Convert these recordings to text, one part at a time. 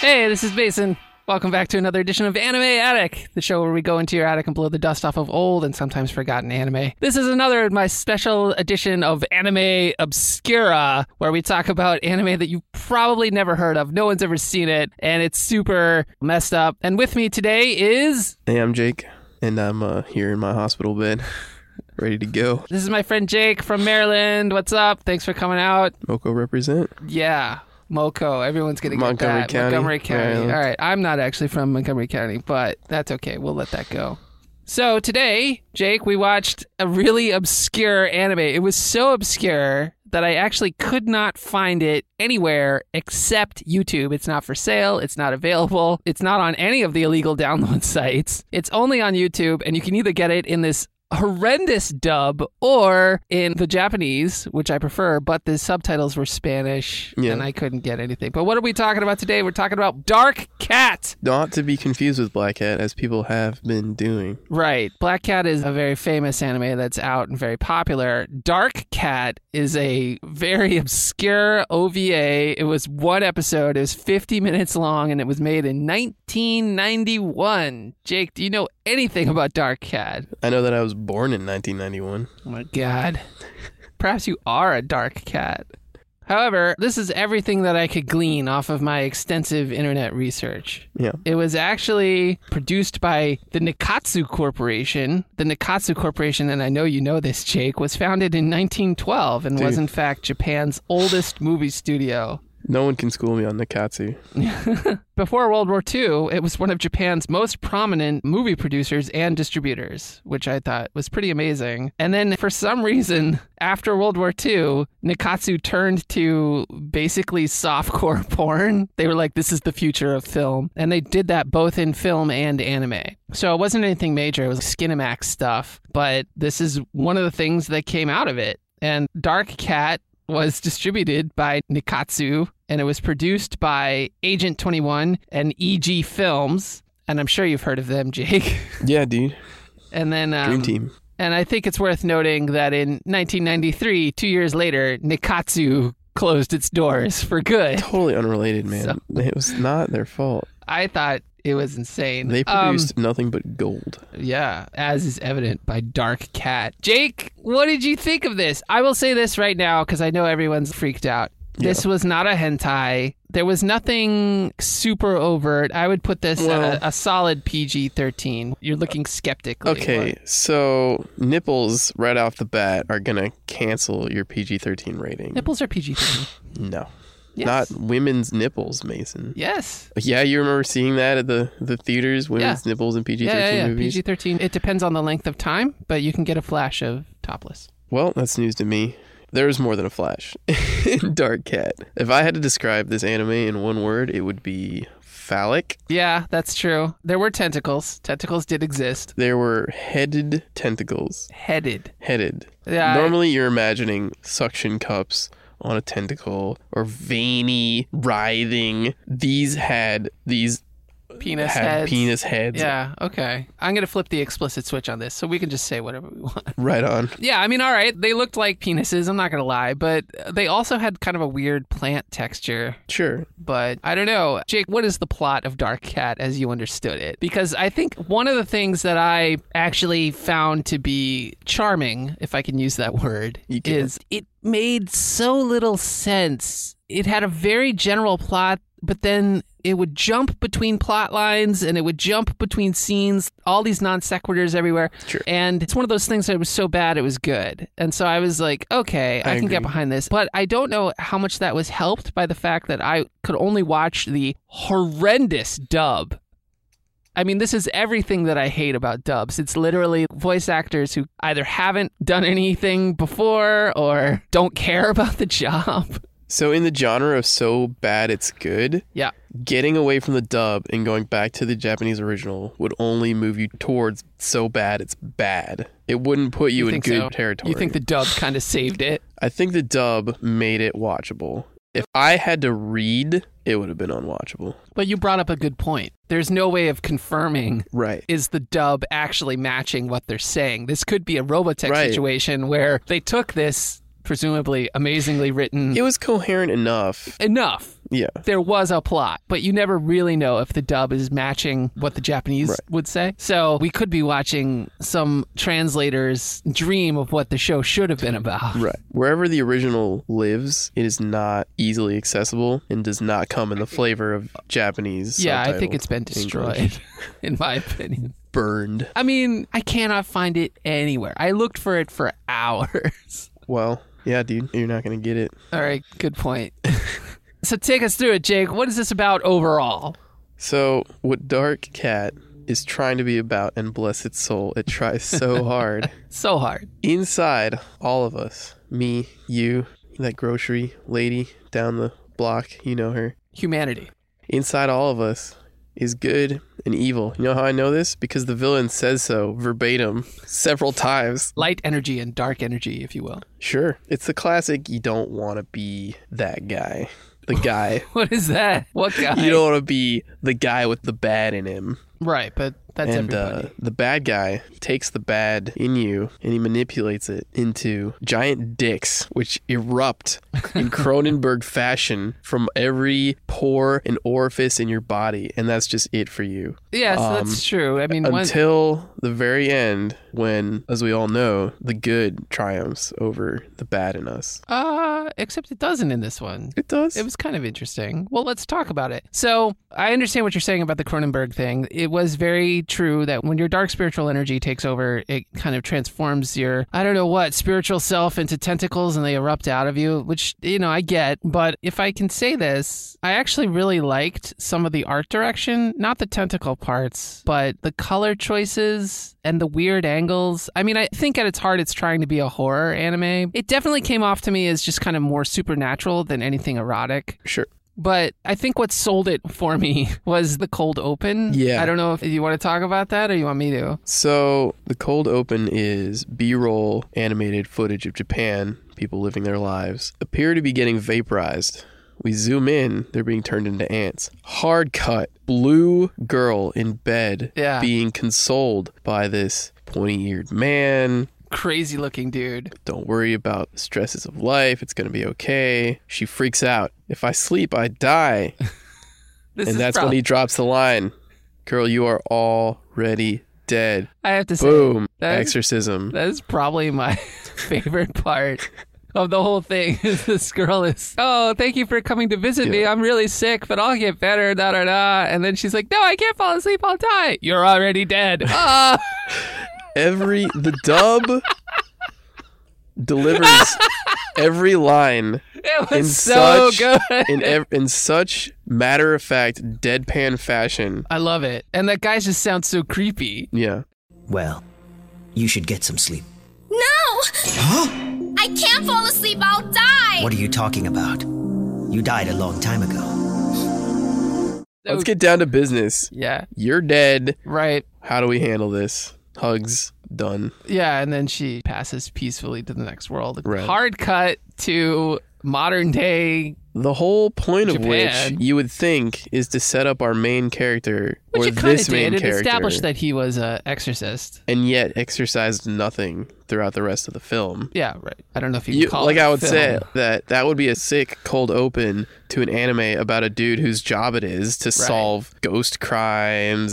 Hey, this is Basin. Welcome back to another edition of Anime Attic, the show where we go into your attic and blow the dust off of old and sometimes forgotten anime. This is another of my special edition of Anime Obscura, where we talk about anime that you've probably never heard of. No one's ever seen it, and it's super messed up. And with me today is Hey, I'm Jake, and I'm uh, here in my hospital bed, ready to go. this is my friend Jake from Maryland. What's up? Thanks for coming out. Moco represent. Yeah. Moco, everyone's gonna get Montgomery that. County, Montgomery County. Maryland. All right, I'm not actually from Montgomery County, but that's okay. We'll let that go. So today, Jake, we watched a really obscure anime. It was so obscure that I actually could not find it anywhere except YouTube. It's not for sale. It's not available. It's not on any of the illegal download sites. It's only on YouTube, and you can either get it in this horrendous dub or in the Japanese, which I prefer, but the subtitles were Spanish Yeah. and I couldn't get anything. But what are we talking about today? We're talking about Dark Cat. Not to be confused with Black Cat, as people have been doing. Right. Black Cat is a very famous anime that's out and very popular. Dark Cat is a very obscure OVA. It was one episode, it was 50 minutes long, and it was made in 1991. Jake, do you know anything about Dark Cat? I know that I was born in 1991. Oh my god. Perhaps you are a dark cat. However, this is everything that I could glean off of my extensive internet research. Yeah. It was actually produced by the Nikatsu Corporation. The Nikatsu Corporation, and I know you know this, Jake, was founded in 1912 and was, Dude. in fact, Japan's oldest movie studio. No one can school me on Nikatsu. Before World War II, it was one of Japan's most prominent movie producers and distributors, which I thought was pretty amazing. And then, for some reason, after World War II, Nikatsu turned to basically softcore porn. They were like, this is the future of film. And they did that both in film and anime. So it wasn't anything major, it was Skinamax stuff. But this is one of the things that came out of it. And Dark Cat was distributed by Nikatsu and it was produced by Agent 21 and EG Films. And I'm sure you've heard of them, Jake. Yeah, dude. And then, um, Dream Team. and I think it's worth noting that in 1993, two years later, Nikatsu closed its doors for good. Totally unrelated, man. It was not their fault. I thought it was insane. They Um, produced nothing but gold. Yeah, as is evident by Dark Cat. Jake, what did you think of this? I will say this right now because I know everyone's freaked out. This was not a hentai. There was nothing super overt. I would put this Well- at a, a solid PG 13. You're looking skeptically. Okay, so nipples right off the bat are gonna cancel your PG-13 rating. Nipples are PG 13. No, Yes. not women's nipples, Mason. Yes. Yeah, you remember seeing that at the the theaters, women's nipples in PG Yeah, thirteen yeah, yeah. movies. PG 13. It depends on the length of time, but you can get a flash of topless. Well, that's news to me. There is more than a flash in Dark Cat. If I had to describe this anime in one word, it would be phallic. Yeah, that's true. There were tentacles. Tentacles did exist. There were headed tentacles. Headed. Headed. Yeah, I- Normally, you're imagining suction cups on a tentacle or veiny, writhing. These had these Penis had heads. penis heads. Yeah, okay. I'm going to flip the explicit switch on this so we can just say whatever we want. Right on. yeah, I mean, all right, they looked like penises, I'm not going to lie, but they also had kind of a weird plant texture. Sure. But I don't know. Jake, what is the plot of Dark Cat as you understood it? Because I think one of the things that I actually found to be charming, if I can use that word, You can. is it made so little sense. It had a very general plot, but then it would jump between plot lines and it would jump between scenes, all these non sequiturs everywhere. Sure. And it's one of those things that was so bad it was good. And so I was like, okay, I, I can agree. get behind this. But I don't know how much that was helped by the fact that I could only watch the horrendous dub. I mean, this is everything that I hate about dubs. It's literally voice actors who either haven't done anything before or don't care about the job. So, in the genre of so bad it's good, Yeah. getting away from the dub and going back to the Japanese original would only move you towards so bad it's bad. It wouldn't put you, in think good so? territory. You think the dub kind of saved it? I think the dub made it watchable. If I had to read, it would have been unwatchable. But you brought up a good point. There's no way of confirming Right. is the dub actually matching what they're saying? This could be a Robotech Right. situation where they took this presumably amazingly written It was coherent enough. enough Yeah. there was a plot, but you never really know if the dub is matching what the Japanese Right. would say. So we could be watching some translator's dream of what the show should have been about. Right. Wherever the original lives, it is not easily accessible and does not come in the flavor of Japanese. Yeah, I subtitle. think it's been destroyed, in my opinion. burned. I mean, I cannot find it anywhere. I looked for it for hours. Well, yeah, dude, you're not gonna get it. All right, good point. so take us through it, Jake. What is this about overall? So, what Dark Cat is trying to be about, and bless its soul, it tries so hard. So hard. Inside all of us, me, you, that grocery lady down the block, you know her. Humanity. Inside all of us is good and evil. You know how I know this? Because the villain says so verbatim several times. Light energy and dark energy, if you will. Sure. It's the classic you don't want to be that guy. The guy. What is that? What guy? you don't want to be the guy with the bad in him. right, but that's and everybody. uh, the bad guy takes the bad in you and he manipulates it into giant dicks, which erupt in Cronenberg fashion from every pore and orifice in your body. And that's just it for you. Yes, Um, that's true. I mean, one, Until the very end, when, as we all know, the good triumphs over the bad in us. uh, except it doesn't in this one. It does. It was kind of interesting. Well, let's talk about it. So, I understand what you're saying about the Cronenberg thing. It was very true that when your dark spiritual energy takes over, it kind of transforms your, I don't know what, spiritual self into tentacles and they erupt out of you, which, you know, I get. But if I can say this, I actually really liked some of the art direction, not the tentacle parts, but the color choices and the weird angles. I mean, I think at its heart, it's trying to be a horror anime. It definitely came off to me as just kind of more supernatural than anything erotic. sure. But I think what sold it for me was the cold open. Yeah. I don't know if you want to talk about that or you want me to. So the cold open is B-roll animated footage of Japan, people living their lives, appear to be getting vaporized. We zoom in, they're being turned into ants. Hard cut, blue girl in bed Yeah. being consoled by this pointy-eared man. Crazy looking dude. Don't worry about the stresses of life, it's going to be okay. She freaks out. If I sleep, I die. This is and that's prob- when he drops the line. Girl, you are already dead. I have to say Boom. That's- Exorcism. that is probably my favorite part of the whole thing is this girl is oh thank you for coming to visit me i'm really sick but i'll get better da da da and then she's like no i can't fall asleep i'll die you're already dead Ah. every the dub delivers every line it was in so such good in ev- in such matter of fact deadpan fashion. i love it and that guy just sounds so creepy Yeah. Well, you should get some sleep. No! I can't fall asleep, I'll die! What are you talking about? You died a long time ago. Let's get down to business. yeah You're dead. right How do we handle this? Hugs done. Yeah, and then she passes peacefully to the next world. Right. Hard cut to modern day. The whole point of Japan. which you would think is to set up our main character Which or it kind of this main did. It character, established that he was a exorcist. and yet exercised nothing throughout the rest of the film. Yeah, right. I don't know if you, You, can call like it I would film. say that that would be a sick cold open to an anime about a dude whose job it is to solve ghost crimes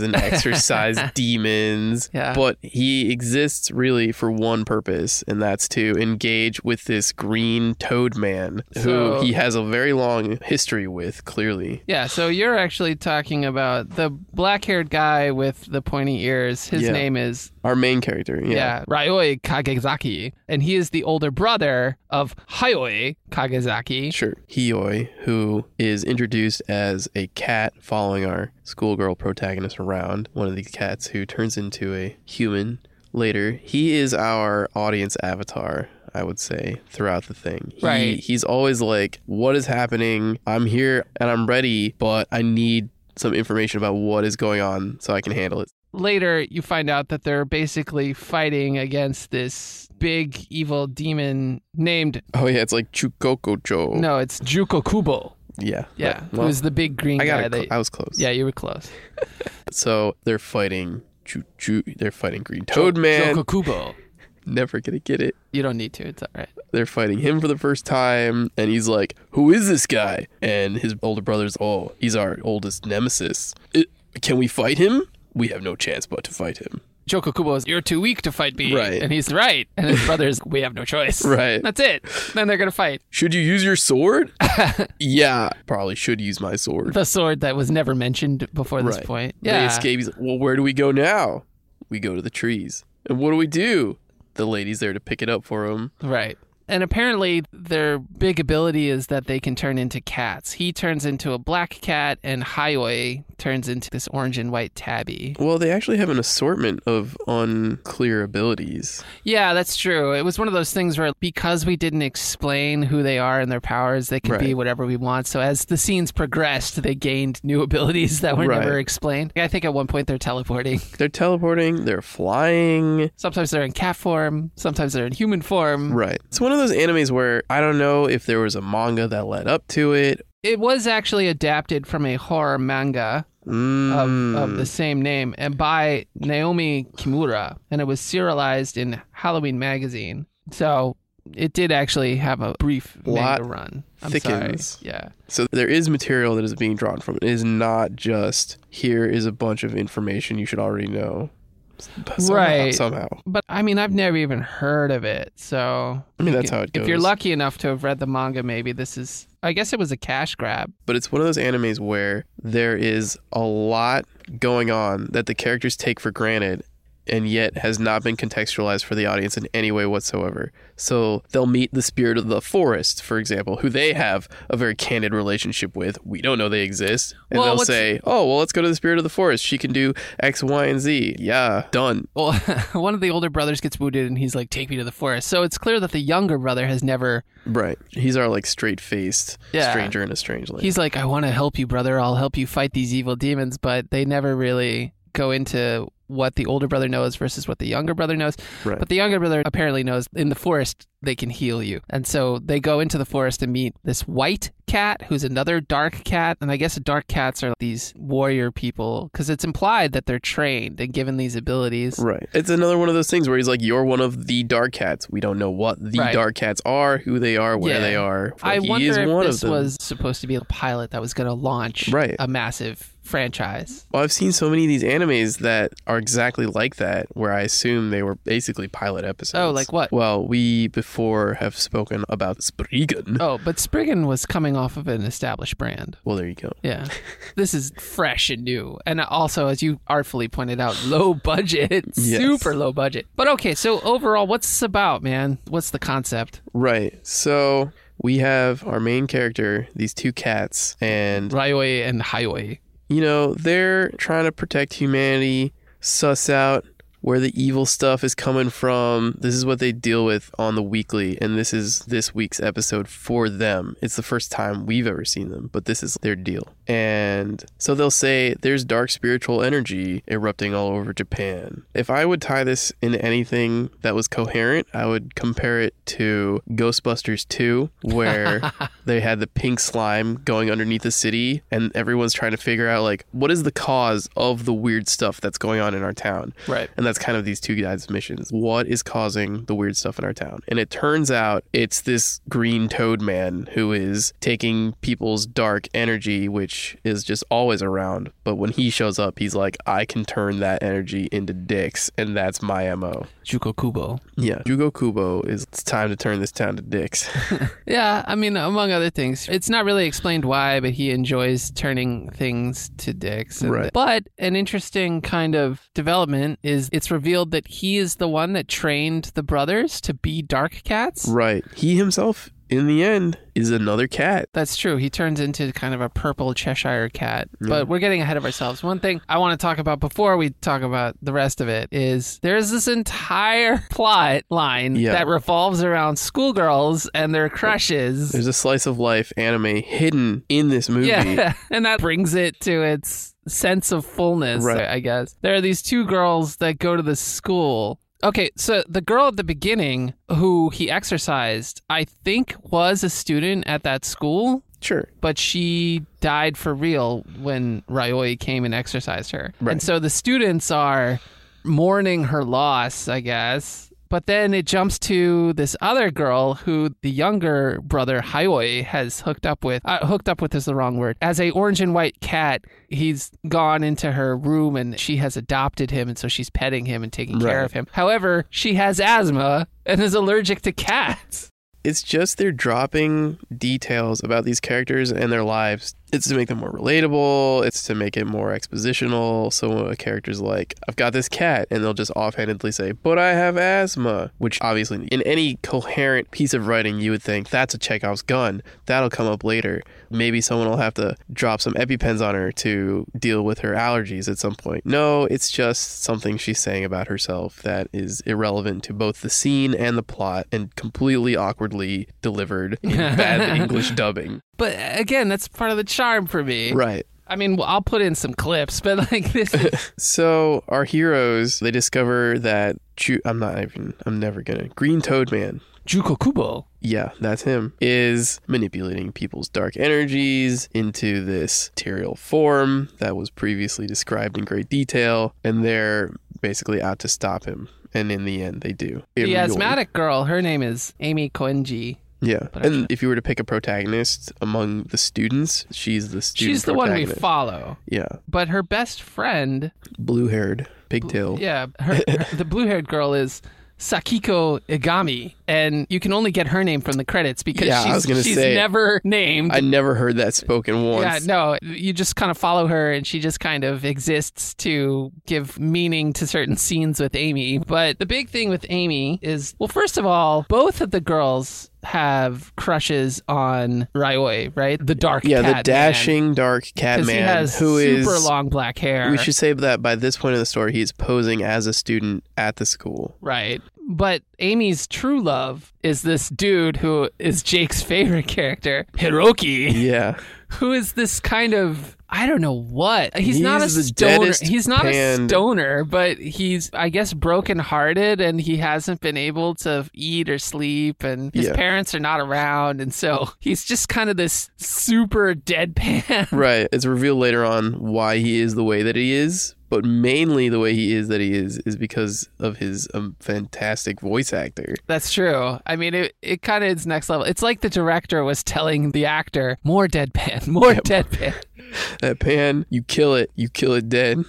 and exorcise demons. Yeah. But he exists really for one purpose, and that's to engage with this green toad man So- who he has a very long history with, clearly. Yeah, so you're actually talking about the black-haired guy with the pointy ears. His Yeah. name is Our main character. Yeah. yeah, Ryoi Kagezaki, and he is the older brother of Hayoi Kagezaki. Sure. Hiyoi, who is introduced as a cat following our schoolgirl protagonist around, one of the cats who turns into a human later. He is our audience avatar. I would say throughout the thing. He- Right. He's always like, What is happening? I'm here and I'm ready, but I need some information about what is going on so I can handle it. later you find out that they're basically fighting against this big evil demon named Oh, yeah. It's like Chukokocho. no it's juko kubo Yeah. yeah Well, who's the big green I got guy it. that- I was close. yeah you were close So they're fighting. Choo, choo, they're fighting Green Toad Man. juko kubo never gonna get it. You don't need to. It's all right. They're fighting him for the first time, and he's like, "Who is this guy?" And his older brother's, "Oh, he's our oldest nemesis. I can we fight him? We have no chance but to fight him." Joko Kubo is, you're too weak to fight me. Right. And he's right. And his brother's, we have no choice. Right. That's it. Then they're going to fight. Should you use your sword? yeah, probably should use my sword. The sword that was never mentioned before this Right. point. They Yeah. escape. He's like, well, where do we go now? We go to the trees. And what do we do? The lady's there to pick it up for him. Right. And apparently, their big ability is that they can turn into cats. He turns into a black cat, and Highway turns into this orange and white tabby. Well, they actually have an assortment of unclear abilities. Yeah, that's true. It was one of those things where because we didn't explain who they are and their powers, they could be Right. whatever we want. So as the scenes progressed, they gained new abilities that were Right. never explained. I think at one point they're teleporting. They're teleporting, they're flying. Sometimes they're in cat form, sometimes they're in human form. Right. It's one of those animes where I don't know if there was a manga that led up to it. It was actually adapted from a horror manga of, Mm, of the same name and by Naomi Kimura, and it was serialized in Halloween magazine. So it did actually have a brief Plot manga run. I'm thickens. sorry. Yeah. So there is material that is being drawn from it. It is not just here is a bunch of information you should already know. Somehow- Right. Somehow. But I mean, I've never even heard of it. So I mean, that's how it goes. If you're lucky enough to have read the manga, maybe this is. I guess it was a cash grab. but it's one of those animes where there is a lot going on that the characters take for granted and yet has not been contextualized for the audience in any way whatsoever. So they'll meet the spirit of the forest, for example, who they have a very candid relationship with. We don't know they exist. And Well, they'll what's- say, oh, well, let's go to the spirit of the forest. She can do X, Y, and Z. Yeah, done. Well, one of the older brothers gets wounded, and he's like, "Take me to the forest." So it's clear that the younger brother has never. Right. He's our like straight faced Yeah. stranger in a strange land. He's like, "I want to help you, brother. I'll help you fight these evil demons," but they never really go into what the older brother knows versus what the younger brother knows. Right. But the younger brother apparently knows in the forest they can heal you. And so they go into the forest and meet this white cat who's another dark cat. And I guess dark cats are these warrior people because it's implied that they're trained and given these abilities. Right. It's another one of those things where he's like, "You're one of the dark cats. We don't know what the Right. dark cats are, who they are, where Yeah. they are. But I he wonder is if one this of them. was supposed to be a pilot that was going to launch Right. a massive franchise. Well, I've seen so many of these animes that are exactly like that, where I assume they were basically pilot episodes. Oh, like what? Well, we before have spoken about Spriggan. Oh, but Spriggan was coming off of an established brand. Well, there you go. Yeah. This is fresh and new. And also, as you artfully pointed out, low budget, Yes. super low budget. But okay, so overall, what's this about, man? What's the concept? Right. So we have our main character, these two cats, and Railway and highway. you know, they're trying to protect humanity, suss out where the evil stuff is coming from. This is what they deal with on the weekly, and this is this week's episode for them. It's the first time we've ever seen them, but this is their deal. And so they'll say there's dark spiritual energy erupting all over Japan. If I would tie this into anything that was coherent, I would compare it to Ghostbusters 2, where they had the pink slime going underneath the city and everyone's trying to figure out like what is the cause of the weird stuff that's going on in our town Right. and that's kind of these two guys missions what is causing the weird stuff in our town and it turns out it's this green toad man who is taking people's dark energy which is just always around but when he shows up he's like i can turn that energy into dicks and that's my mo Juko Kubo. yeah jugo kubo is it's time to turn this town to dicks Yeah, I mean, among other things. It's not really explained why, but he enjoys turning things to dicks. And- Right. But an interesting kind of development is it's revealed that he is the one that trained the brothers to be dark cats. Right. He himself, in the end, is another cat. That's true. He turns into kind of a purple Cheshire cat. But we're getting ahead of ourselves. One thing I want to talk about before we talk about the rest of it is there's this entire plot line Yeah. that revolves around schoolgirls and their crushes. There's a slice of life anime hidden in this movie. Yeah. and that brings it to its sense of fullness, Right. I guess. There are these two girls that go to the school. Okay, so the girl at the beginning who he exercised, I think was a student at that school Sure. but she died for real when Ryoi came and exercised her. Right. And so the students are mourning her loss, I guess. But then it jumps to this other girl who the younger brother Hioi has hooked up with. Uh, hooked up with is the wrong word. As a orange and white cat, he's gone into her room and she has adopted him, and so she's petting him and taking care Right. of him. However, she has asthma and is allergic to cats. It's just they're dropping details about these characters and their lives. It's to make them more relatable, it's to make it more expositional. So when a character's like, I've got this cat, and they'll just offhandedly say, But I have asthma, which obviously in any coherent piece of writing, you would think that's a Chekhov's gun. That'll come up later. Maybe someone will have to drop some EpiPens on her to deal with her allergies at some point. No, it's just something she's saying about herself that is irrelevant to both the scene and the plot and completely awkwardly delivered in bad English dubbing. But again, that's part of the charm for me. Right. I mean, well, I'll put in some clips, but like this is So our heroes, they discover that Chu- I'm not even I'm never gonna Green Toad Man. Juko Kubo. Yeah, that's him. Is manipulating people's dark energies into this material form that was previously described in great detail, and they're basically out to stop him. And in the end, they do. The Really. asthmatic girl, her name is Amy Koenji. Yeah. But I- And if you were to pick a protagonist among the students, she's the student. She's the one we protagonist. follow. Yeah. But her best friend, Blue haired, pigtail. yeah, her, her- the blue-haired girl is Sakiko Igami, and you can only get her name from the credits because Yeah, I she's, was gonna she's say- never named. I never heard that spoken once. yeah, no, you just kind of follow her, and she just kind of exists to give meaning to certain scenes with Amy. But the big thing with Amy is, well, first of all, both of the girls have crushes on Ryoi, right? The dark, Yeah, the cat man. dashing dark cat Because he man has who is super long black hair. We should say that by this point in the story, he's posing as a student at the school. right. But Amy's true love is this dude who is Jake's favorite character, Hiroki, Yeah, who is this kind of I don't know what. He's, He's not a the stoner. deadest He's not a pan- stoner, but he's I guess brokenhearted and he hasn't been able to eat or sleep and his Yeah. parents are not around and so he's just kind of this super deadpan right. It's revealed later on why he is the way that he is, but mainly the way he is that he is is because of his um, fantastic voice actor. That's true. I mean, it, it kind of is next level. It's like the director was telling the actor, more deadpan, more deadpan. That Uh, pan, you kill it, you kill it dead.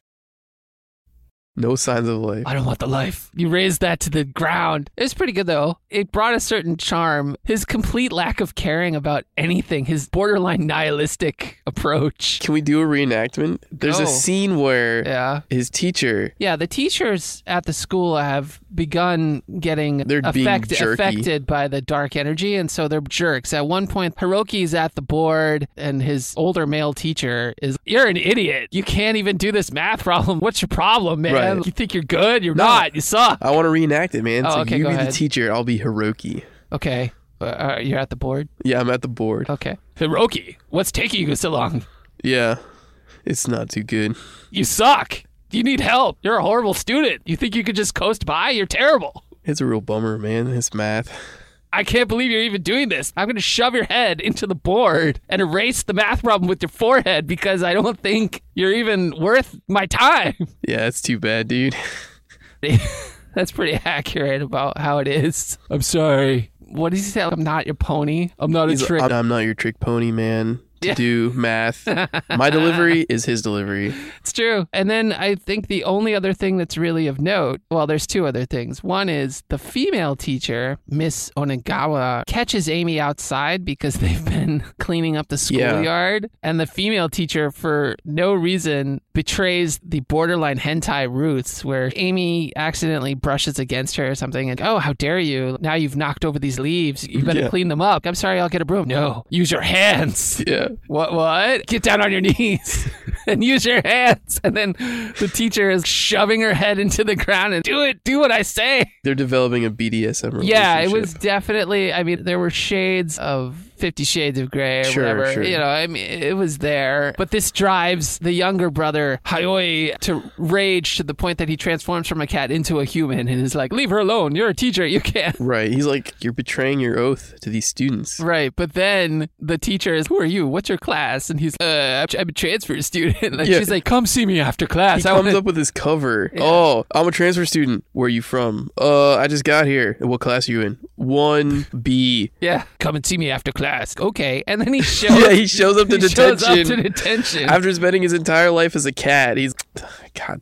No signs of life. I don't want the life. You raised that to the ground. It was pretty good, though. It brought a certain charm. His complete lack of caring about anything, his borderline nihilistic approach. Can we do a reenactment? There's Go. a scene where Yeah. his teacher. Yeah, the teachers at the school have begun getting They're being affect- jerky. affected by the dark energy, and so they're jerks. At one point, Hiroki's at the board, and his older male teacher is, You're an idiot. You can't even do this math problem. What's your problem, man? Right. You think you're good? You're not. You suck. I want to reenact it, man. Oh, so okay, you go be the ahead. teacher, I'll be Hiroki. Okay. Uh, Uh, you're at the board? Yeah, I'm at the board. Okay. Hiroki, what's taking you so long? Yeah, it's not too good. You suck. You need help. You're a horrible student. You think you could just coast by? You're terrible. It's a real bummer, man. It's math. I can't believe you're even doing this. I'm going to shove your head into the board and erase the math problem with your forehead because I don't think you're even worth my time. Yeah, it's too bad, dude. That's pretty accurate about how it is. I'm sorry. What does he say? I'm not your pony. I'm not He's a like, trick. I'm, I'm not your trick pony, man. To Yeah. do math. My delivery is his delivery. It's true. And then I think the only other thing that's really of note, well, there's two other things. One is the female teacher, Miss Onagawa, catches Amy outside because they've been cleaning up the Yeah. schoolyard. And the female teacher, for no reason, betrays the borderline hentai roots where Amy accidentally brushes against her or something. And, oh, how dare you? Now you've knocked over these leaves. You better Yeah. clean them up. I'm sorry, I'll get a broom. No, use your hands. Yeah. What? What? Get down on your knees and use your hands. And then the teacher is shoving her head into the ground and do it. Do what I say. They're developing a BDSM relationship. Yeah, it was definitely. I mean, there were shades of Fifty Shades of Grey or Sure, whatever. sure. You know, I mean, it was there. But this drives the younger brother Hayoi to rage to the point that he transforms from a cat into a human and is like, "Leave her alone. You're a teacher. You can't." Right. He's like, you're betraying your oath to these students. Right, but then the teacher is, "Who are you? What's your class?" And he's, "Uh, I'm a transfer student." it. Like, Yeah. She's like, "Come see me after class." He I comes wanna- up with his cover. Oh, I'm a transfer student. Where are you from? Uh, I just got here. What class are you in? One B. Yeah, come and see me after class. Okay, and then he shows. Yeah, he shows up to he detention. shows up to detention. After spending his entire life as a cat, he's God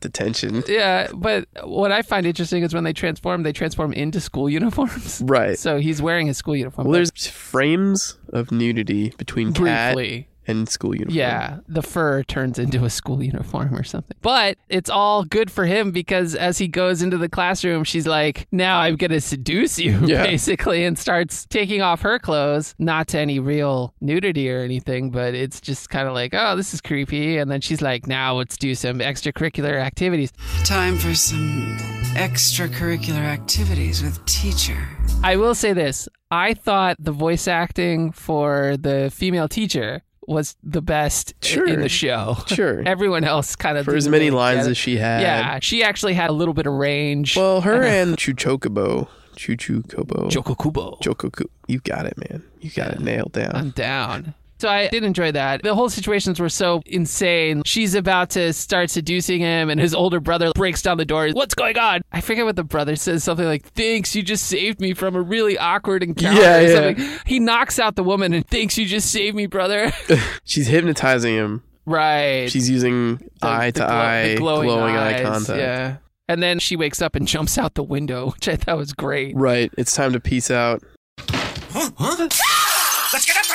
detention. yeah, but what I find interesting is when they transform, they transform into school uniforms. Right. So he's wearing his school uniform. Well, there's frames of nudity between cat briefly. and school uniform. Yeah, the fur turns into a school uniform or something. But it's all good for him because as he goes into the classroom, she's like, now I'm going to seduce you, Yeah. basically, and starts taking off her clothes, not to any real nudity or anything, but it's just kind of like, oh, this is creepy. And then she's like, now let's do some extracurricular activities. Time for some extracurricular activities with teacher. I will say this I thought the voice acting for the female teacher was the best i- Sure. in the show. Sure. Everyone else kind of For as didn't many really lines get it. as she had. Yeah, she actually had a little bit of range. Well, her and Chuchokobo. Chuchukobo. Joko Kubo. Chokoku. You got it, man. You got it nailed down. I'm down. So I did enjoy that. The whole situations were so insane. She's about to start seducing him, and his older brother breaks down the door. What's going on? I forget what the brother says. Something like, "Thanks, you just saved me from a really awkward encounter." Yeah, or yeah. something. He knocks out the woman and thinks you just saved me, brother. She's hypnotizing him. right. She's using The- eye the to glo- eye, the glowing, eye eyes, contact. Yeah. And then she wakes up and jumps out the window, which I thought was great. Right. It's time to peace out. Huh? Huh? Let's get up there!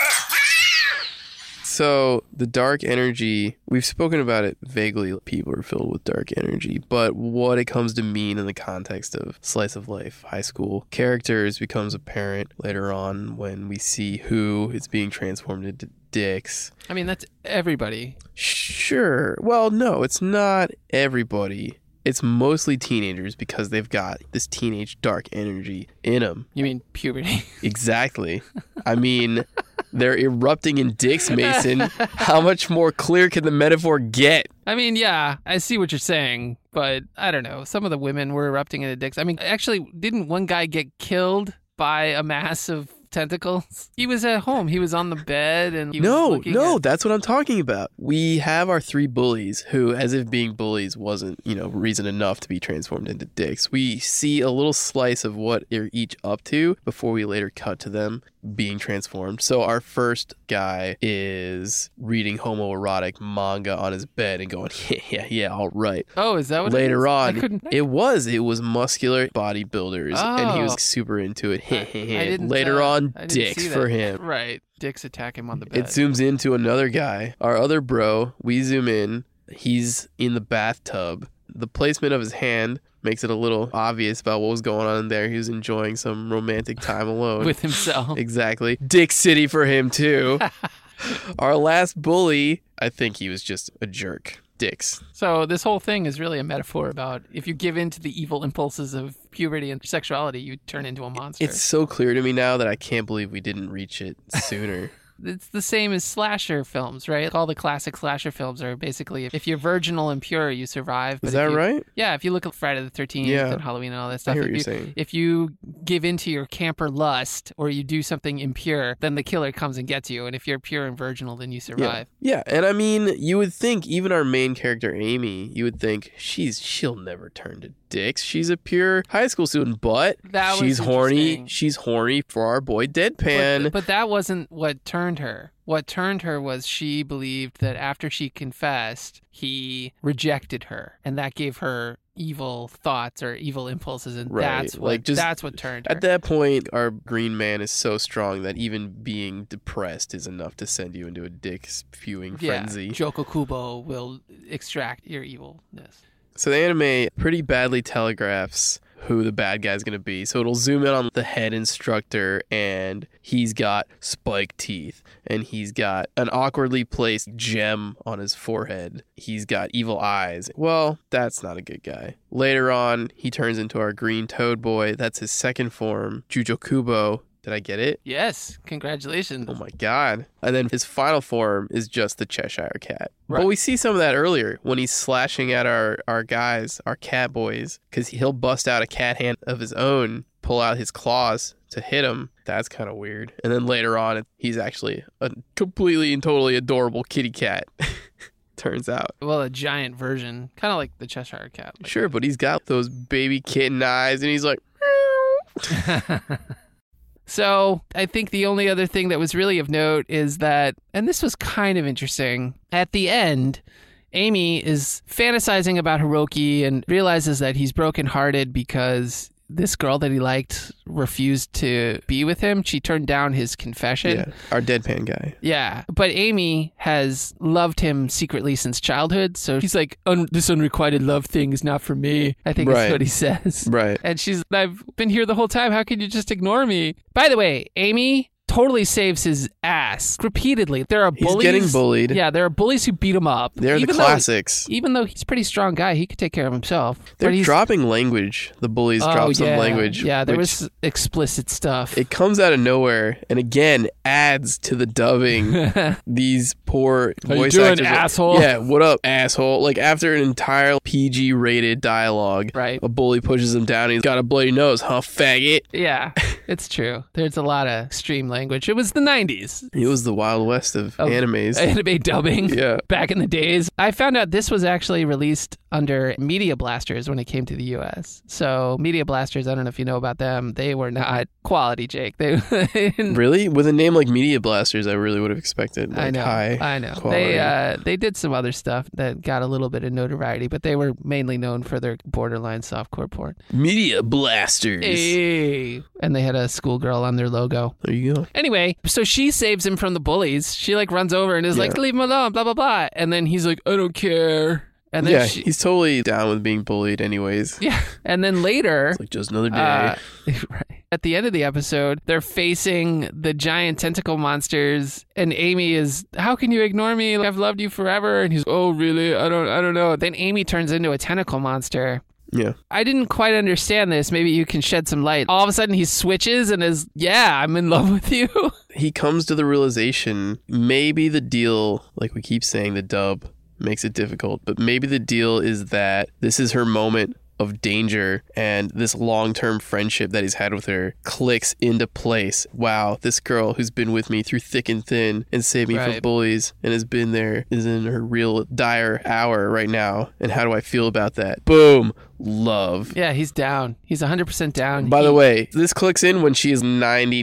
So the dark energy, we've spoken about it vaguely. People are filled with dark energy, but what it comes to mean in the context of slice of life, high school characters becomes apparent later on when we see who is being transformed into dicks. I mean, that's everybody. Sure. Well, no, it's not everybody. It's mostly teenagers because they've got this teenage dark energy in them. You mean puberty? Exactly. I mean, they're erupting in dicks, Mason. How much more clear can the metaphor get? I mean, yeah, I see what you're saying, but I don't know. Some of the women were erupting into dicks. I mean, actually, didn't one guy get killed by a mass of tentacles? He was at home. He was on the bed, and he was No, looking no, at- that's what I'm talking about. We have our three bullies who, as if being bullies wasn't, you know, reason enough to be transformed into dicks. We see a little slice of what they're each up to before we later cut to them being transformed. So our first guy is reading homoerotic manga on his bed and going, yeah, yeah, yeah, all right. oh, is that what? it is? later I on couldn't. it was it was muscular bodybuilders and he Oh. was super into it I didn't, later uh, on I didn't dicks see for that. him right? Dicks attack him on the bed. it zooms into another guy our other bro we zoom in he's in the bathtub the placement of his hand makes it a little obvious about what was going on in there he was enjoying some romantic time alone with himself. Exactly. Dick City for him too. Our last bully, I think he was just a jerk. Dicks. So this whole thing is really a metaphor about if you give in to the evil impulses of puberty and sexuality, you turn into a monster. It's so clear to me now that I can't believe we didn't reach it sooner. it's the same as slasher films, right? All the classic slasher films are basically if you're virginal and pure, you survive. but Is if that you- right? Yeah, if you look at Friday the 13th Yeah. and Halloween and all that stuff, hear if, what you're you, saying. if you give into your camper lust or you do something impure, then the killer comes and gets you. And if you're pure and virginal, then you survive. Yeah, and I mean, you would think even our main character Amy, you would think she's she'll never turn to dicks. She's a pure high school student, but That was she's horny. interesting. She's horny for our boy Deadpan. But, but that wasn't what turned her. What turned her was she believed that after she confessed, he rejected her, and that gave her evil thoughts or evil impulses, and Right, that's what like, just- that's what turned her. At that point, our green man is so strong that even being depressed is enough to send you into a dick spewing frenzy. Yeah, Joko Kubo will extract your evilness. So the anime pretty badly telegraphs who the bad guy's going to be. So it'll zoom in on the head instructor and he's got spiked teeth and he's got an awkwardly placed gem on his forehead. He's got evil eyes. Well, that's not a good guy. Later on, he turns into our green toad boy. That's his second form, Jujo Kubo. Did I get it? Yes, congratulations. Oh my god. And then his final form is just the Cheshire cat. Right. But we see some of that earlier when he's slashing at our, our guys, our cat boys, because he'll bust out a cat hand of his own, pull out his claws to hit him. That's kind of weird. And then later on, he's actually a completely and totally adorable kitty cat. turns out. Well, a giant version, kind of like the Cheshire Cat. like- Sure, but he's got those baby kitten eyes, and he's like, So I think the only other thing that was really of note is that, and this was kind of interesting, at the end, Amy is fantasizing about Hiroki and realizes that he's brokenhearted because this girl that he liked refused to be with him. She turned down his confession. yeah, our deadpan guy. Yeah, but Amy has loved him secretly since childhood, so he's like, Un- "This unrequited love thing is not for me." I think Right. that's what he says. Right. And she's, "I've been here the whole time. How can you just ignore me?" By the way, Amy totally saves his ass repeatedly. There are He's bullies. getting bullied. Yeah, there are bullies who beat him up. They're the Even though- classics. even though he's a pretty strong guy, he could take care of himself. They're but he's, dropping language. The bullies oh, drop some yeah, language. Yeah, there which- was explicit stuff. It comes out of nowhere, and again adds to the dubbing. These poor How you voice doing, actors, like, asshole? yeah, what up, asshole? Like after an entire PG-rated dialogue, Right. A bully pushes him down. And he's got a bloody nose, huh, faggot? Yeah, it's true. There's a lot of extreme language. It was the 90s. It was the Wild West of Of animes. Anime dubbing Yeah. back in the days. I found out this was actually released under Media Blasters when it came to the US. So, Media Blasters, I don't know if you know about them, they were not quality, Jake. They Really? With a name like Media Blasters, I really would have expected like, I know. high I know. quality. They uh, they did some other stuff that got a little bit of notoriety, but they were mainly known for their borderline softcore porn. Media Blasters. Hey. And they had a schoolgirl on their logo. There you go. Anyway, so she saves him from the bullies. She like runs over and is like, Yeah. "Leave him alone," blah blah blah. And then he's like, "I don't care." And then yeah, she, he's totally down with being bullied, anyways. yeah. And then later, It's like just another day. uh, right. at the end of the episode, they're facing the giant tentacle monsters, and Amy is, "How can you ignore me? I've loved you forever." And he's, "Oh, really? I don't, I don't know." Then Amy turns into a tentacle monster. yeah. I didn't quite understand this. Maybe you can shed some light. All of a sudden, he switches and is, "Yeah, I'm in love with you." He comes to the realization maybe the deal, like we keep saying, the dub makes it difficult, but maybe the deal is that this is her moment of danger and this long term friendship that he's had with her clicks into place. Wow, this girl who's been with me through thick and thin and saved me from Right. bullies and has been there is in her real dire hour right now. And how do I feel about that? Boom, love. Yeah, he's down. He's 100% down. By He- the way, this clicks in when she is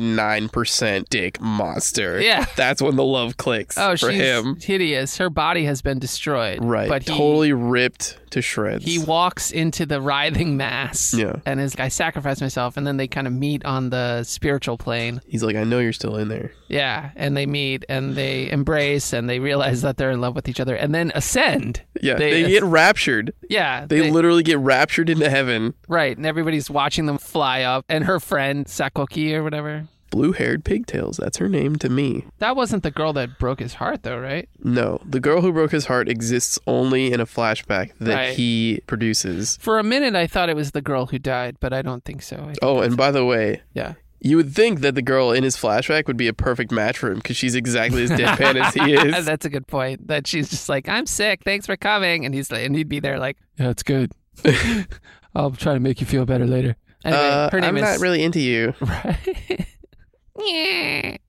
99% dick monster. Yeah. That's when the love clicks oh, for she's him. hideous. Her body has been destroyed. Right. But he, totally ripped to shreds. he walks into the writhing mass Yeah. and is, I sacrifice myself. And then they kind of meet on the spiritual plane. He's like, I know you're still in there. Yeah. And they meet and they embrace and they realize that they're in love with each other and then ascend. Yeah. They, get raptured. yeah. They, literally get raptured into heaven. Right. And everybody's watching them fly up. And her friend, Sakoki or whatever. Blue haired pigtails. That's her name to me. That wasn't the girl that broke his heart, though, right? No, the girl who broke his heart exists only in a flashback that Right. he produces. For a minute, I thought it was the girl who died, but I don't think so. I think- Oh, and by the way, Yeah. you would think that the girl in his flashback would be a perfect match for him because she's exactly as deadpan as he is. That's a good point. That she's just like, I'm sick. Thanks for coming. And he's like, and he'd be there like, yeah, it's good. I'll try to make you feel better later. Anyway, Uh, her name I'm is not really into you.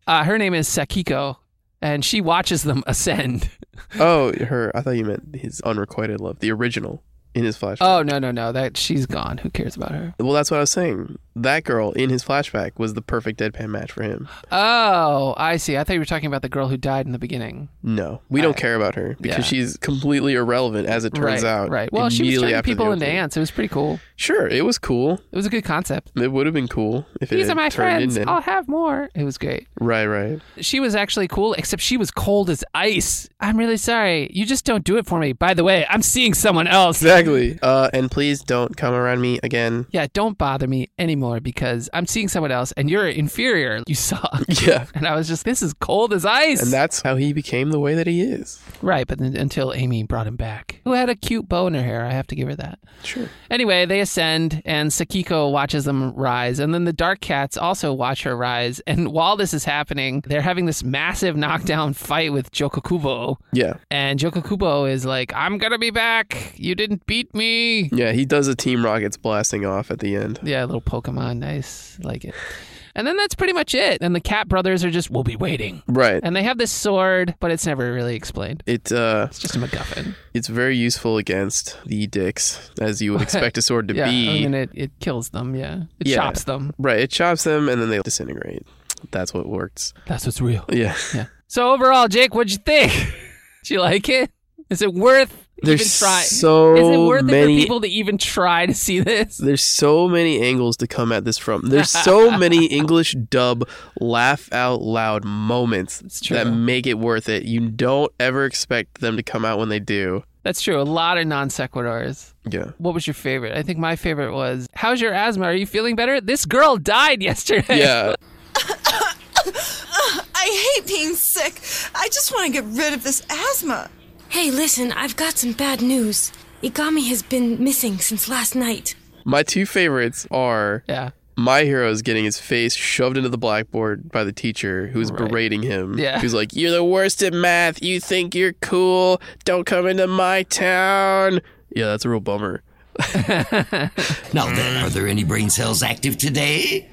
uh, her name is Sakiko, and she watches them ascend. Oh, her. I thought you meant his unrequited love, the original in his flashback. Oh no no no! That she's gone. Who cares about her? well, that's what I was saying. That girl in his flashback was the perfect deadpan match for him. Oh, I see. I thought you were talking about the girl who died in the beginning. No, we don't care about her because yeah. she's completely irrelevant as it turns right, out. right. Well, she was immediately turning after the people into opening. ants. It was pretty cool. Sure, it was cool. It was a good concept. It would have been cool if it These had are my turned friends. Oh. into I'll have more. It was great. right, right. She was actually cool, except she was cold as ice. I'm really sorry. You just don't do it for me. By the way, I'm seeing someone else. Exactly. Uh, and please don't come around me again. Yeah, don't bother me anymore because I'm seeing someone else and you're inferior. You suck. Yeah. And I was just, this is cold as ice. And that's how he became the way that he is. right, but then, until Amy brought him back, who had a cute bow in her hair. I have to give her that. Sure. Anyway, they ascend, and Sakiko watches them rise, and then the Dark Cats also watch her rise. And while this is happening, they're having this massive knockdown fight with Jokokubo. Yeah. And Jokokubo is like, I'm gonna be back. You didn't beat me. Yeah, he does a Team Rockets blasting off at the end. Yeah, little Pokemon. Nice. Like it. And then that's pretty much it. And the Cat brothers are just, we'll be waiting. Right. And they have this sword, but it's never really explained. It uh, It's just a MacGuffin. it's very useful against the dicks, as you would expect a sword to Yeah. be. I mean, it, it kills them. Yeah. It Yeah. chops them. Right, it chops them and then they disintegrate. That's what works. That's what's real. Yeah. Yeah. So overall, Jake, what'd you think? Did you like it? Is it worth even There's try? so Is it worth it many for people to even try to see this? there's so many angles to come at this from. There's so many English dub laugh out loud moments true. that make it worth it. You don't ever expect them to come out when they do. That's true. A lot of non sequiturs. Yeah. What was your favorite? I think my favorite was, "How's your asthma? Are you feeling better? This girl died yesterday." Yeah. I hate being sick. I just want to get rid of this asthma. Hey, listen, I've got some bad news. Igami has been missing since last night. My two favorites are Yeah. my hero is getting his face shoved into the blackboard by the teacher who's berating him. Yeah. Who's like, You're the worst at math. You think you're cool. Don't come into my town. Yeah, that's a real bummer. Now then, are there any brain cells active today?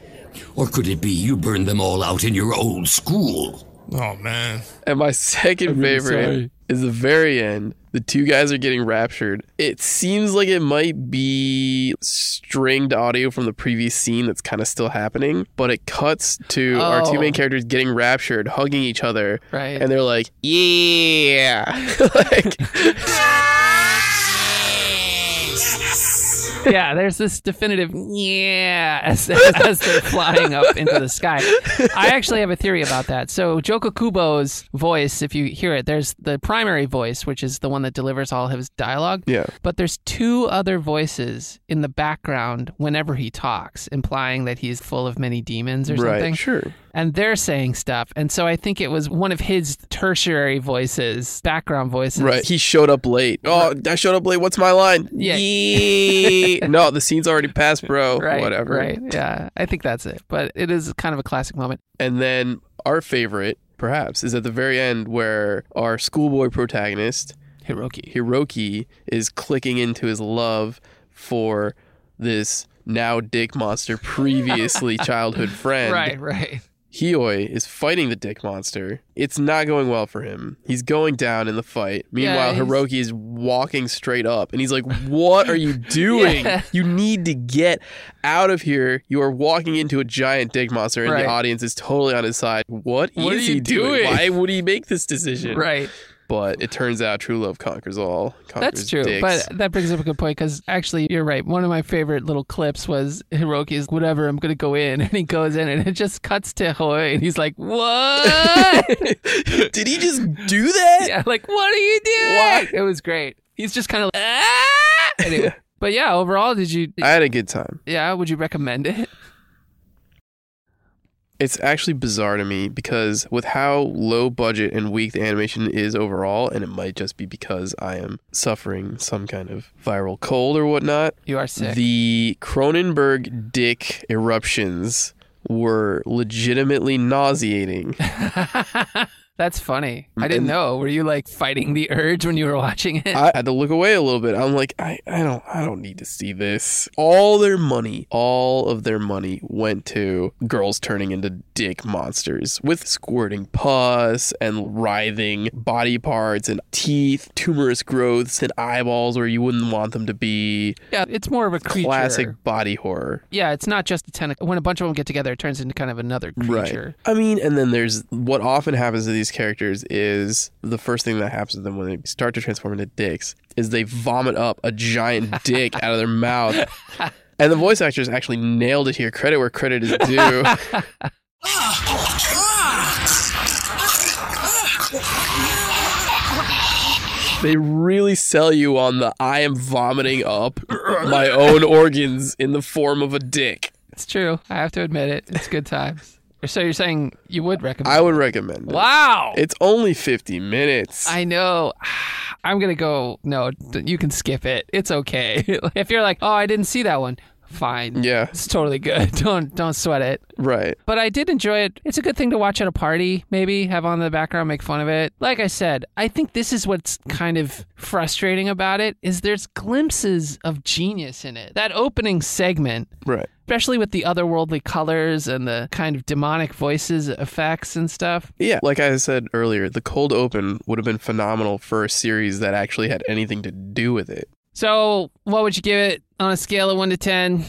Or could it be you burned them all out in your old school? Oh man. And my 2nd favorite sorry. is the very end. The two guys are getting raptured. It seems like it might be stringed audio from the previous scene that's kind of still happening, but it cuts to our two Oh. main characters getting raptured, hugging each other. Right. And they're like, yeah. like, yeah, there's this definitive yeah as, as, as they're flying up into the sky. I actually have a theory about that. So Joko Kubo's voice, if you hear it, there's the primary voice, which is the one that delivers all of his dialogue. Yeah. But there's two other voices in the background whenever he talks, implying that he's full of many demons or something. right, sure. And they're saying stuff. And so I think it was one of his tertiary voices, background voices. Right. He showed up late. Oh, I showed up late. What's my line? Yeah. Yee. no, the scene's already passed, bro. Right, Whatever. Right. Yeah. I think that's it. But it is kind of a classic moment. And then our favorite, perhaps, is at the very end where our schoolboy protagonist, Hiroki. Hiroki, is clicking into his love for this now dick monster, previously childhood friend. Right, right. Hioi is fighting the dick monster. It's not going well for him. He's going down in the fight. Meanwhile, he's- Hiroki is walking straight up and he's like, What are you doing? Yeah. You need to get out of here. You are walking into a giant dick monster and Right. the audience is totally on his side. What, What is are you he doing? doing? Why would he make this decision? Right. But it turns out true love conquers all. Conquers That's true. dicks. But that brings up a good point because actually, you're right. One of my favorite little clips was Hiroki's whatever, I'm going to go in. And he goes in and it just cuts to Hoi and he's like, What? Did he just do that? yeah, like, what are you doing? Why? It was great. He's just kind of like, ah! Anyway. But yeah, overall, did you, I had a good time. yeah, would you recommend it? it's actually bizarre to me because with how low budget and weak the animation is overall, and it might just be because I am suffering some kind of viral cold or whatnot, You are sick. the Cronenberg dick eruptions were legitimately nauseating. That's funny. I didn't know. Were you like fighting the urge when you were watching it? I had to look away a little bit. I'm like, I, I don't I don't need to see this. All their money, all of their money went to girls turning into dick monsters with squirting pus and writhing body parts and teeth, tumorous growths and eyeballs where you wouldn't want them to be. yeah, it's more of a creature. Classic body horror. Yeah, it's not just a tentacle. When a bunch of them get together, it turns into kind of another creature. I mean, and then there's what often happens to these characters is the first thing that happens to them when they start to transform into dicks is they vomit up a giant dick out of their mouth. And the voice actors actually nailed it here. Credit where credit is due. they really sell you on the I am vomiting up my own organs in the form of a dick. It's true. I have to admit it. It's good times. so you're saying you would recommend? I would recommend it. wow. It's only 50 minutes. I know. I'm gonna go. No, d- you can skip it. It's okay. if you're like, oh, I didn't see that one. fine. Yeah. It's totally good. Don't don't sweat it. Right. But I did enjoy it. It's a good thing to watch at a party, maybe have on the background, make fun of it. Like I said, I think this is what's kind of frustrating about it is there's glimpses of genius in it. That opening segment, Right. especially with the otherworldly colors and the kind of demonic voices effects and stuff. Yeah. Like I said earlier, the cold open would have been phenomenal for a series that actually had anything to do with it. So, what would you give it on a scale of 1 to 10?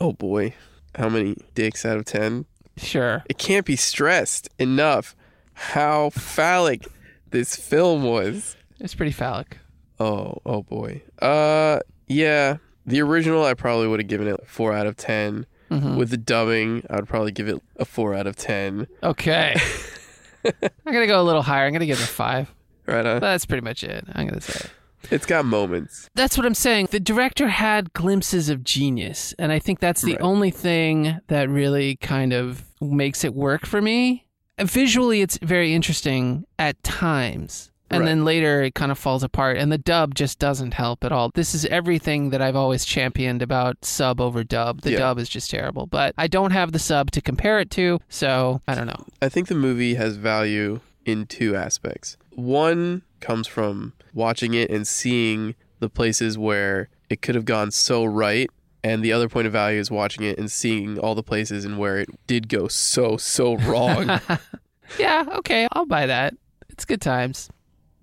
Oh boy. How many dicks out of 10? Sure. It can't be stressed enough how phallic this film was. It's pretty phallic. Oh, oh boy. Uh, yeah. The original, I probably would have given it a 4 out of 10. Mm-hmm. With the dubbing, I would probably give it a 4 out of 10. Okay. I'm going to go a little higher. I'm going to give it a 5. Right on. But that's pretty much it. I'm going to say. It's got moments. That's what I'm saying. The director had glimpses of genius, and I think that's the Right. only thing that really kind of makes it work for me. Visually, it's very interesting at times. And Right. then later it kind of falls apart, and the dub just doesn't help at all. This is everything that I've always championed about sub over dub. The Yeah. dub is just terrible, but I don't have the sub to compare it to, so I don't know. I think the movie has value in two aspects. One comes from watching it and seeing the places where it could have gone so right. And the other point of value is watching it and seeing all the places and where it did go so, so wrong. Yeah, okay, I'll buy that. It's good times.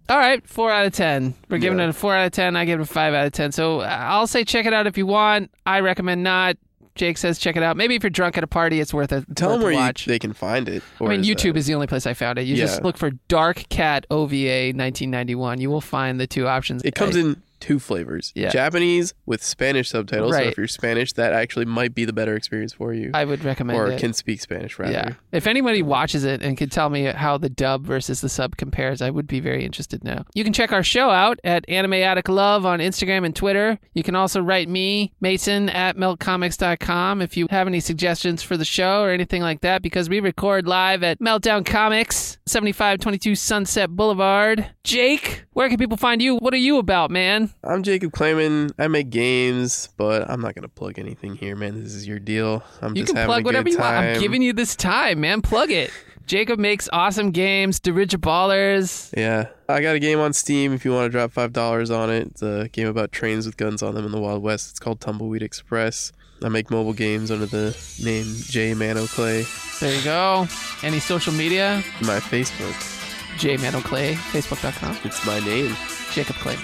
All right, four out of ten. We're giving Yeah. it a four out of ten. I give it a five out of ten. So uh, I'll say check it out if you want. I recommend not. Jake says check it out. Maybe if you're drunk at a party, it's worth a Tell worth them a where you, watch. they can find it. I mean, YouTube is. is the only place I found it. You just Yeah. look for Dark Cat OVA 1991. You will find the two options. It comes I- in two flavors Yeah. Japanese with Spanish subtitles. So Right. if you're Spanish, that actually might be the better experience for you. I would recommend or it. can speak Spanish, rather. yeah. If anybody watches it and could tell me how the dub versus the sub compares, I would be very interested now. You can check our show out at Anime Attic Love on Instagram and Twitter. You can also write me, Mason, at meltcomics.com if you have any suggestions for the show or anything like that, because we record live at Meltdown Comics, 7522 Sunset Boulevard. Jake, where can people find you? What are you about, man? I'm Jacob Clayman. I make games, but I'm not going to plug anything here, man. This is your deal. I'm You just can having plug a whatever good you want. time. I'm giving you this time, man. Plug it. Jacob makes awesome games, Dirigiballers. Yeah. I got a game on Steam if you want to drop $5 on it. It's a game about trains with guns on them in the Wild West. It's called Tumbleweed Express. I make mobile games under the name J Mano Clay. There you go. Any social media? My Facebook. J Clay, Facebook.com, It's my name. Jacob Clay.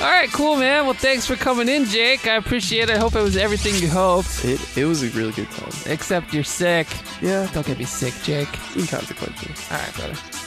All right, cool, man. Well, thanks for coming in, Jake. I appreciate it. I hope it was everything you hoped, It, it was a really good time. except you're sick. Yeah. Don't get me sick, Jake. Inconsequential. All right, brother.